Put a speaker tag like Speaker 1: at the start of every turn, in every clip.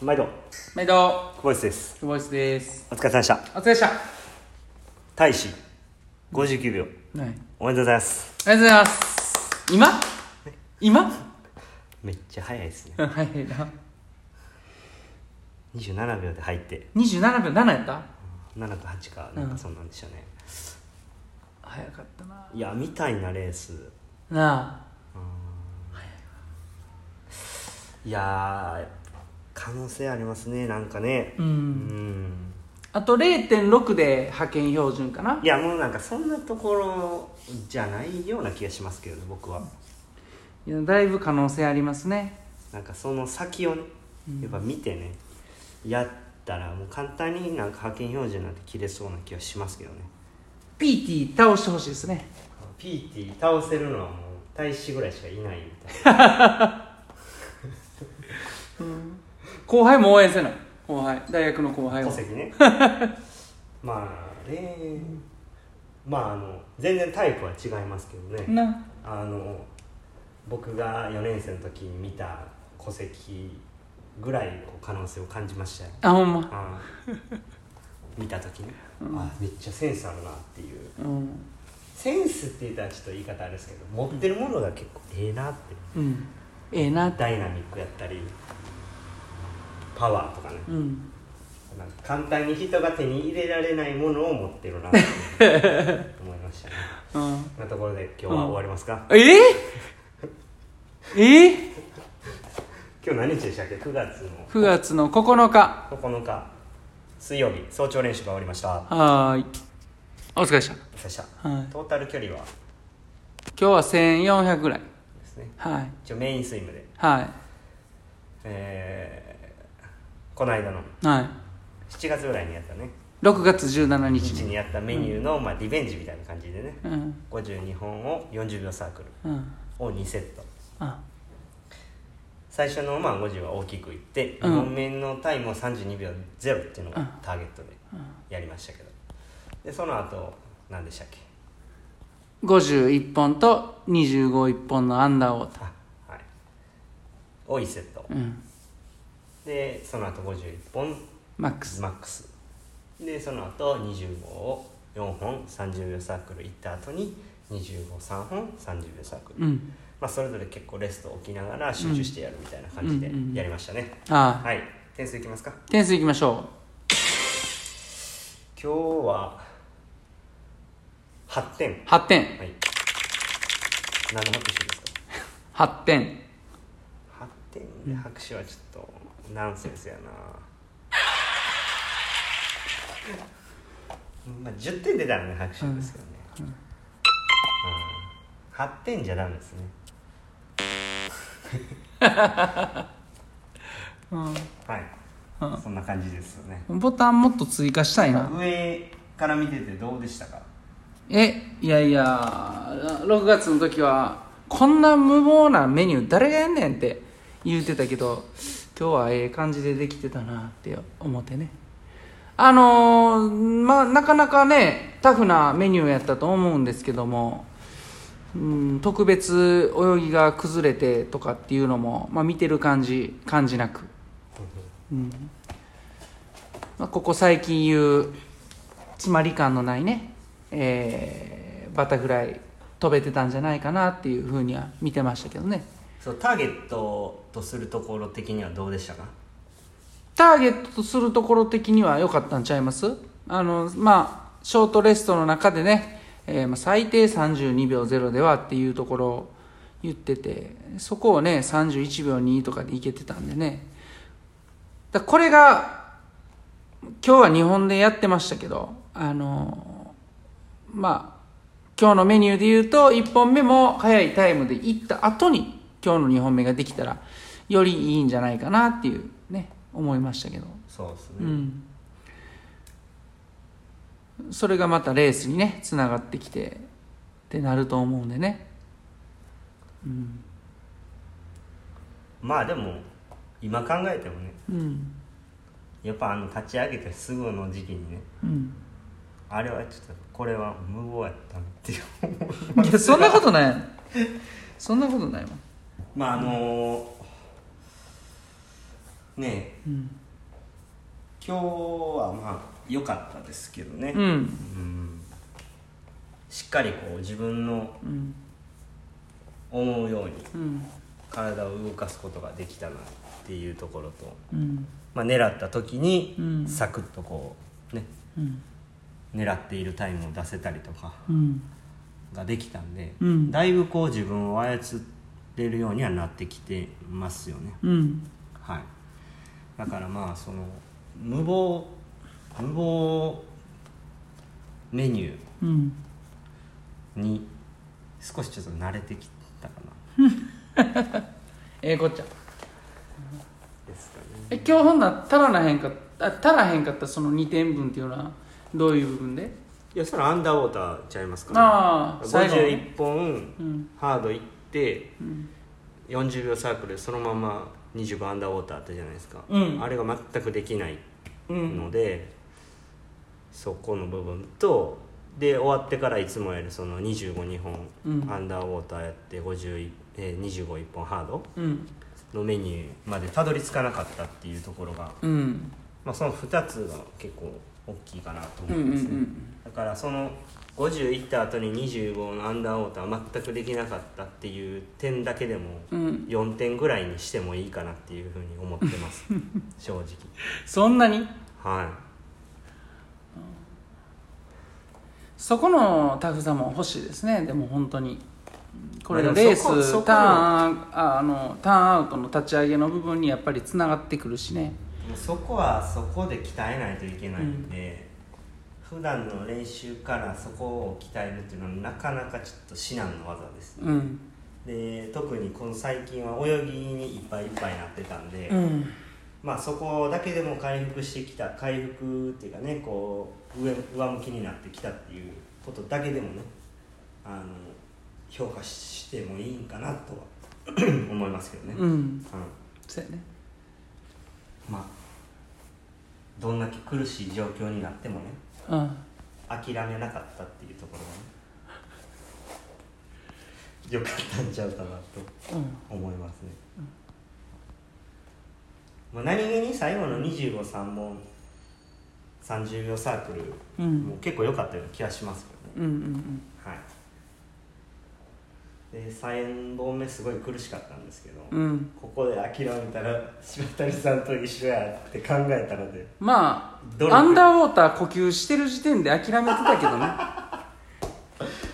Speaker 1: 毎度
Speaker 2: 毎度
Speaker 1: 久保井です
Speaker 2: 久保井です
Speaker 1: お疲れ様でした
Speaker 2: お疲れでしたはい
Speaker 1: 大使59秒
Speaker 2: ありが
Speaker 1: おめでとうございます
Speaker 2: とうございます今今
Speaker 1: めっちゃ早いですね
Speaker 2: うん早いな
Speaker 1: 27秒で入って
Speaker 2: 27秒7やった
Speaker 1: 7か8かなんかそんなんでしたね、
Speaker 2: 早かったない
Speaker 1: やみたいなレース
Speaker 2: な
Speaker 1: うんいやー可能性ありますねなんかね
Speaker 2: あう
Speaker 1: うんん
Speaker 2: あと0.6で派遣標準かない
Speaker 1: やもうなんかそんなところじゃないような気がしますけどね僕はい
Speaker 2: やだいぶ可能性ありますね
Speaker 1: なんかその先をねやっぱ見てね、やったらもう簡単になんか派遣標準なんて切れそうな気がしますけどね
Speaker 2: PT 倒してほしいですね
Speaker 1: PT 倒せるのはもう大使ぐらいしかいないみたいな
Speaker 2: 後輩も応援せな後輩大学の後輩
Speaker 1: 戸
Speaker 2: を
Speaker 1: 籍ね まあねまああの全然タイプは違いますけどね、
Speaker 2: な
Speaker 1: あの僕が4年生の時に見た戸籍ぐらいこう可能性を感じましたよ
Speaker 2: あほんま
Speaker 1: あー見た時ね、あめっちゃセンスあるなっていう
Speaker 2: うん
Speaker 1: センスって言ったらちょっと言い方あれですけど持ってるものが結構ええなって
Speaker 2: うんええな
Speaker 1: ダイナミックやったりパワーとかね
Speaker 2: うん
Speaker 1: なんか簡単に人が手に入れられないものを持ってるなって思いましたね
Speaker 2: うん
Speaker 1: そんなところで今日は終わりますか、
Speaker 2: えー、えー、
Speaker 1: 今日何日でしたっけ9月の
Speaker 2: ?9 月の9日。
Speaker 1: 9日水曜日早朝練習が終わりました
Speaker 2: はーい。お疲れでした。
Speaker 1: お疲れ様でした
Speaker 2: はい。
Speaker 1: トータル距離は
Speaker 2: 今日は1400ぐらい。
Speaker 1: ですね
Speaker 2: はい。
Speaker 1: 一応メインスイムで
Speaker 2: は
Speaker 1: えーこの間の
Speaker 2: い。はい。
Speaker 1: 7月ぐらいにやったね
Speaker 2: 6月17日
Speaker 1: 日
Speaker 2: に。
Speaker 1: にやったメニューの、まあ、リベンジみたいな感じでね
Speaker 2: うん。
Speaker 1: 52本を40秒サークル
Speaker 2: うん。
Speaker 1: を2セット
Speaker 2: あ、
Speaker 1: 最初のまあ50は大きくいって、
Speaker 2: うん
Speaker 1: 2本目のタイムを32秒0っていうの
Speaker 2: うん
Speaker 1: がターゲットでやりましたけどでその後何でしたっけ
Speaker 2: 51本と251本のアンダーウォータ
Speaker 1: あはいを1セット
Speaker 2: ー。うん。
Speaker 1: でその後51本
Speaker 2: マックス。
Speaker 1: マックスでその後25を4本30秒サークル行った後に253本30秒サークル、
Speaker 2: うん。
Speaker 1: まあ、それぞれ結構レストを置きながら集中してやるみたいな感じで
Speaker 2: うんうんうん
Speaker 1: やりましたね、
Speaker 2: は
Speaker 1: はい点数いきますか
Speaker 2: い。点数いきましょ
Speaker 1: 今日は8点
Speaker 2: う。8点。
Speaker 1: はい何の拍手ですか
Speaker 2: 8点。
Speaker 1: 8点で拍手はちょっとナンセンスやな、まあ、10点出たらね拍手ですけどね、うん8点じゃダメですね
Speaker 2: う
Speaker 1: はい、そんな感じですよね
Speaker 2: ん。ボタンもっと追加したいな。
Speaker 1: 上から見ててどうでしたか
Speaker 2: えいやいや6月の時はこんな無謀なメニュー誰がやんねんって言うてたけど今日はええ感じでできてたなって思ってねあのーまあなかなかねタフなメニューやったと思うんですけども、うん、特別泳ぎが崩れてとかっていうのも、まあ、見てる感じ感じなくまあ、ここ最近言う詰まり感のないね、えーバタフライ飛べてたんじゃないかなっていうふうには見てましたけどね
Speaker 1: そうターゲットとするところ的にはどうでしたか
Speaker 2: ターゲットとするところ的には良かったんちゃいますあのまあショートレストの中でね、えーまあ、最低32秒0ではっていうところを言っててそこをね31秒2とかでいけてたんでねだこれが今日は日本でやってましたけどあのまあ今日のメニューで言うと1本目も早いタイムで行った後に今日の2本目ができたらよりいいんじゃないかなっていうね思いましたけど
Speaker 1: そうですね、
Speaker 2: うんそれがまたレースにねつながってきてってなると思うんでね
Speaker 1: まあでも今考えてもね
Speaker 2: うん
Speaker 1: やっぱあの立ち上げてすぐの時期にね
Speaker 2: うん
Speaker 1: あれはちょっとこれは無謀やったなっていう
Speaker 2: いやそんなことないやんそんなことないもん
Speaker 1: まああのーね
Speaker 2: うん
Speaker 1: 今日はまあ良かったですけどね、
Speaker 2: う
Speaker 1: うん
Speaker 2: ん
Speaker 1: しっかりこう自分の
Speaker 2: うん
Speaker 1: 思うように
Speaker 2: うん
Speaker 1: 体を動かすことができたなっていうところと、
Speaker 2: うん
Speaker 1: まあ、狙った時に
Speaker 2: うん
Speaker 1: サクッとこうね
Speaker 2: うん
Speaker 1: 狙っているタイムを出せたりとか
Speaker 2: うん
Speaker 1: ができたんで、
Speaker 2: うん
Speaker 1: だいぶこう自分を操れるようにはなってきてますよね
Speaker 2: うん
Speaker 1: はいだからまあその無謀無謀メニュ
Speaker 2: うん
Speaker 1: ーに少しちょっと慣れてきたかな
Speaker 2: ええこっちゃ
Speaker 1: ですかね
Speaker 2: え今日ほんなら足らなへんかあ足らへんかったその2点分っていうのはどういう部分で
Speaker 1: いやそれアンダーウォーターちゃいますか
Speaker 2: ああ最後ね
Speaker 1: 51本
Speaker 2: うん
Speaker 1: ハードいって
Speaker 2: うん
Speaker 1: 40秒サークルでそのまま20番アンダーウォーターあったじゃないですか、
Speaker 2: うん
Speaker 1: あれが全くできない
Speaker 2: うん
Speaker 1: ので、そこの部分とで終わってからいつもやるその252本、
Speaker 2: うん
Speaker 1: アンダーウォーターやって51、えー、251本ハード
Speaker 2: うん
Speaker 1: のメニューまでたどり着かなかったっていうところが、
Speaker 2: うん
Speaker 1: まあ、その2つが結構大きいかなと
Speaker 2: うんう
Speaker 1: 思
Speaker 2: ん
Speaker 1: いうますね、
Speaker 2: ん
Speaker 1: だからその50いった後に25のアンダーウォーターは全くできなかったっていう点だけでも
Speaker 2: うん
Speaker 1: 4点ぐらいにしてもいいかなっていうふうに思ってます 正直
Speaker 2: そんなに
Speaker 1: はい
Speaker 2: そこのタフさも欲しいですねでも本当にこれ
Speaker 1: ま
Speaker 2: が
Speaker 1: あで
Speaker 2: レー
Speaker 1: もそこそ
Speaker 2: ス
Speaker 1: こ
Speaker 2: ターンああのターンアウトの立ち上げの部分にやっぱりつながってくるしね
Speaker 1: もうそこはそこで鍛えないといけないんで、普段の練習からそこを鍛えるっていうのはなかなかちょっと至難の技ですね
Speaker 2: うん
Speaker 1: で特にこの最近は泳ぎにいっぱいいっぱいになってたんで、
Speaker 2: うん
Speaker 1: まあ、そこだけでも回復してきた回復っていうかねこう上上向きになってきたっていうことだけでもねあの評価してもいいんかなとは 思いますけどね、
Speaker 2: う
Speaker 1: うん
Speaker 2: んそうやね
Speaker 1: まあどんだけ苦しい状況になってもね
Speaker 2: うん
Speaker 1: 諦めなかったっていうところはねよかったんちゃうかなと
Speaker 2: うん
Speaker 1: 思いますね、まあ、何気に最後の253問30秒サークル、
Speaker 2: うん
Speaker 1: もう結構良かったような気がしますけどね、
Speaker 2: うんうん
Speaker 1: はいで3本目すごい苦しかったんですけど、
Speaker 2: うんうん
Speaker 1: ここで諦めたら柴谷さんと一緒やって考えたので
Speaker 2: ま
Speaker 1: どれ
Speaker 2: あアンダーウォーター呼吸してる時点で諦めてたけど ね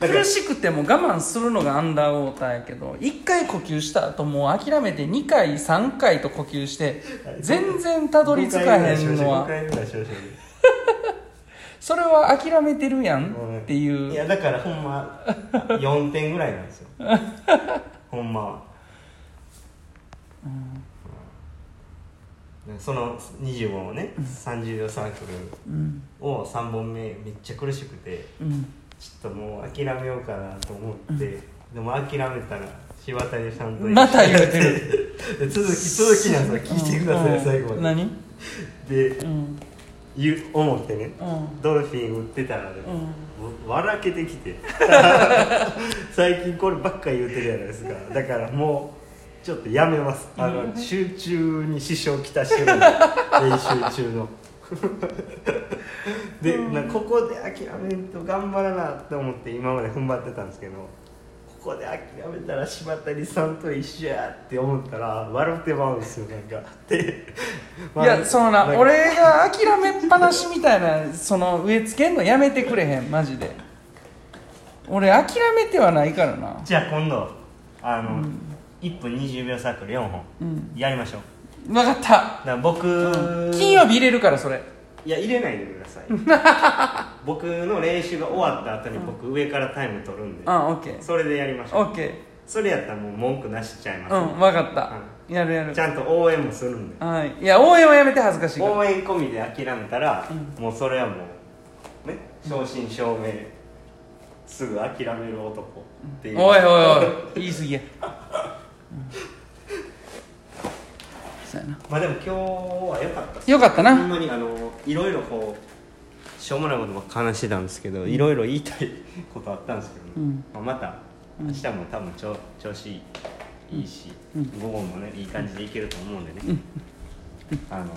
Speaker 2: 苦しくても我慢するのがアンダーウォーターやけど1回呼吸した後もう諦めて2回3回と呼吸して全然たどり着かへんの
Speaker 1: 5
Speaker 2: は
Speaker 1: 回ぐらいしましたよね
Speaker 2: それは諦めてるやん
Speaker 1: うん
Speaker 2: っていう
Speaker 1: いやだからほんま4点ぐらいなん ですよほんまは、うんその20本をね30秒サーク
Speaker 2: うん
Speaker 1: ルを3本目めっちゃ苦しくて
Speaker 2: うん
Speaker 1: ちょっともう諦めようかなと思って、でも諦めたら柴谷さんと
Speaker 2: また言うてる
Speaker 1: で 続き続きなんですよ聞いてください、
Speaker 2: うん
Speaker 1: 最後
Speaker 2: うん
Speaker 1: まで
Speaker 2: 何
Speaker 1: で
Speaker 2: うん
Speaker 1: 言う思ってね
Speaker 2: うん
Speaker 1: ドルフィン売ってたらね、
Speaker 2: うん
Speaker 1: 笑けてき て最近こればっか言うてるじゃないですかだからもうちょっとやめますあの集中に支障きたしてるんで練習中 ので、なここで諦めんと頑張らなって思って今まで踏ん張ってたんですけどここで諦めたら柴谷さんと一緒やって思ったら笑ってまうんですよなんかで、
Speaker 2: いやその
Speaker 1: ん
Speaker 2: な
Speaker 1: か
Speaker 2: 俺が諦めっぱなしみたいなその植え付けんのやめてくれへんマジで俺諦めてはないからな
Speaker 1: じゃあ今度あの、1分20秒サークル4本、やりましょう
Speaker 2: 分かった
Speaker 1: だから僕、
Speaker 2: 金曜日入れるからそれ
Speaker 1: いや入れないでください 僕の練習が終わった後に僕上からタイム取るんで、
Speaker 2: うんオッケー
Speaker 1: それでやりましょ
Speaker 2: オ
Speaker 1: う
Speaker 2: ッケ
Speaker 1: それやったらもう文句なしちゃいます、
Speaker 2: ーうん分かったやるやる
Speaker 1: ちゃんと応援もするんで
Speaker 2: はいいや応援はやめて恥ずかしいから
Speaker 1: 応援込みで諦めたら、もうそれはもうね正真正銘すぐ諦める男っていう
Speaker 2: おいおいおい言い過ぎや、うん、そうやな
Speaker 1: まあでも今日は良かったです
Speaker 2: よかった
Speaker 1: ほん
Speaker 2: な
Speaker 1: まにあのいろいろこうしょうもないことばっか話してたんですけど、いろいろ言いたいことあったんですけど、ね
Speaker 2: うん
Speaker 1: まあ、また明日も多分ちょ調子いいし、午後もねいい感じでいけると思うんでね、あのこ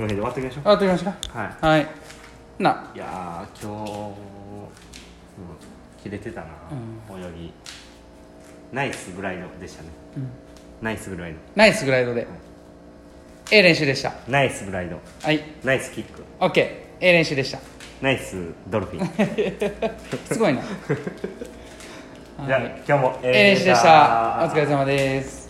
Speaker 1: の辺で終わっておきましょ
Speaker 2: あわかりましたか
Speaker 1: うは
Speaker 2: はいない
Speaker 1: いやー今日もう切れてたな、泳ぎナイスぐらいのでしたね、ナイスぐらいの
Speaker 2: ナイスグライドでええ練習でした
Speaker 1: ナイスグライド
Speaker 2: はい
Speaker 1: ナイスキック
Speaker 2: OK ええ練習でした
Speaker 1: ナイスドルフィン
Speaker 2: すごいな
Speaker 1: じゃあ今日も
Speaker 2: ええ練習でしたお疲れ様です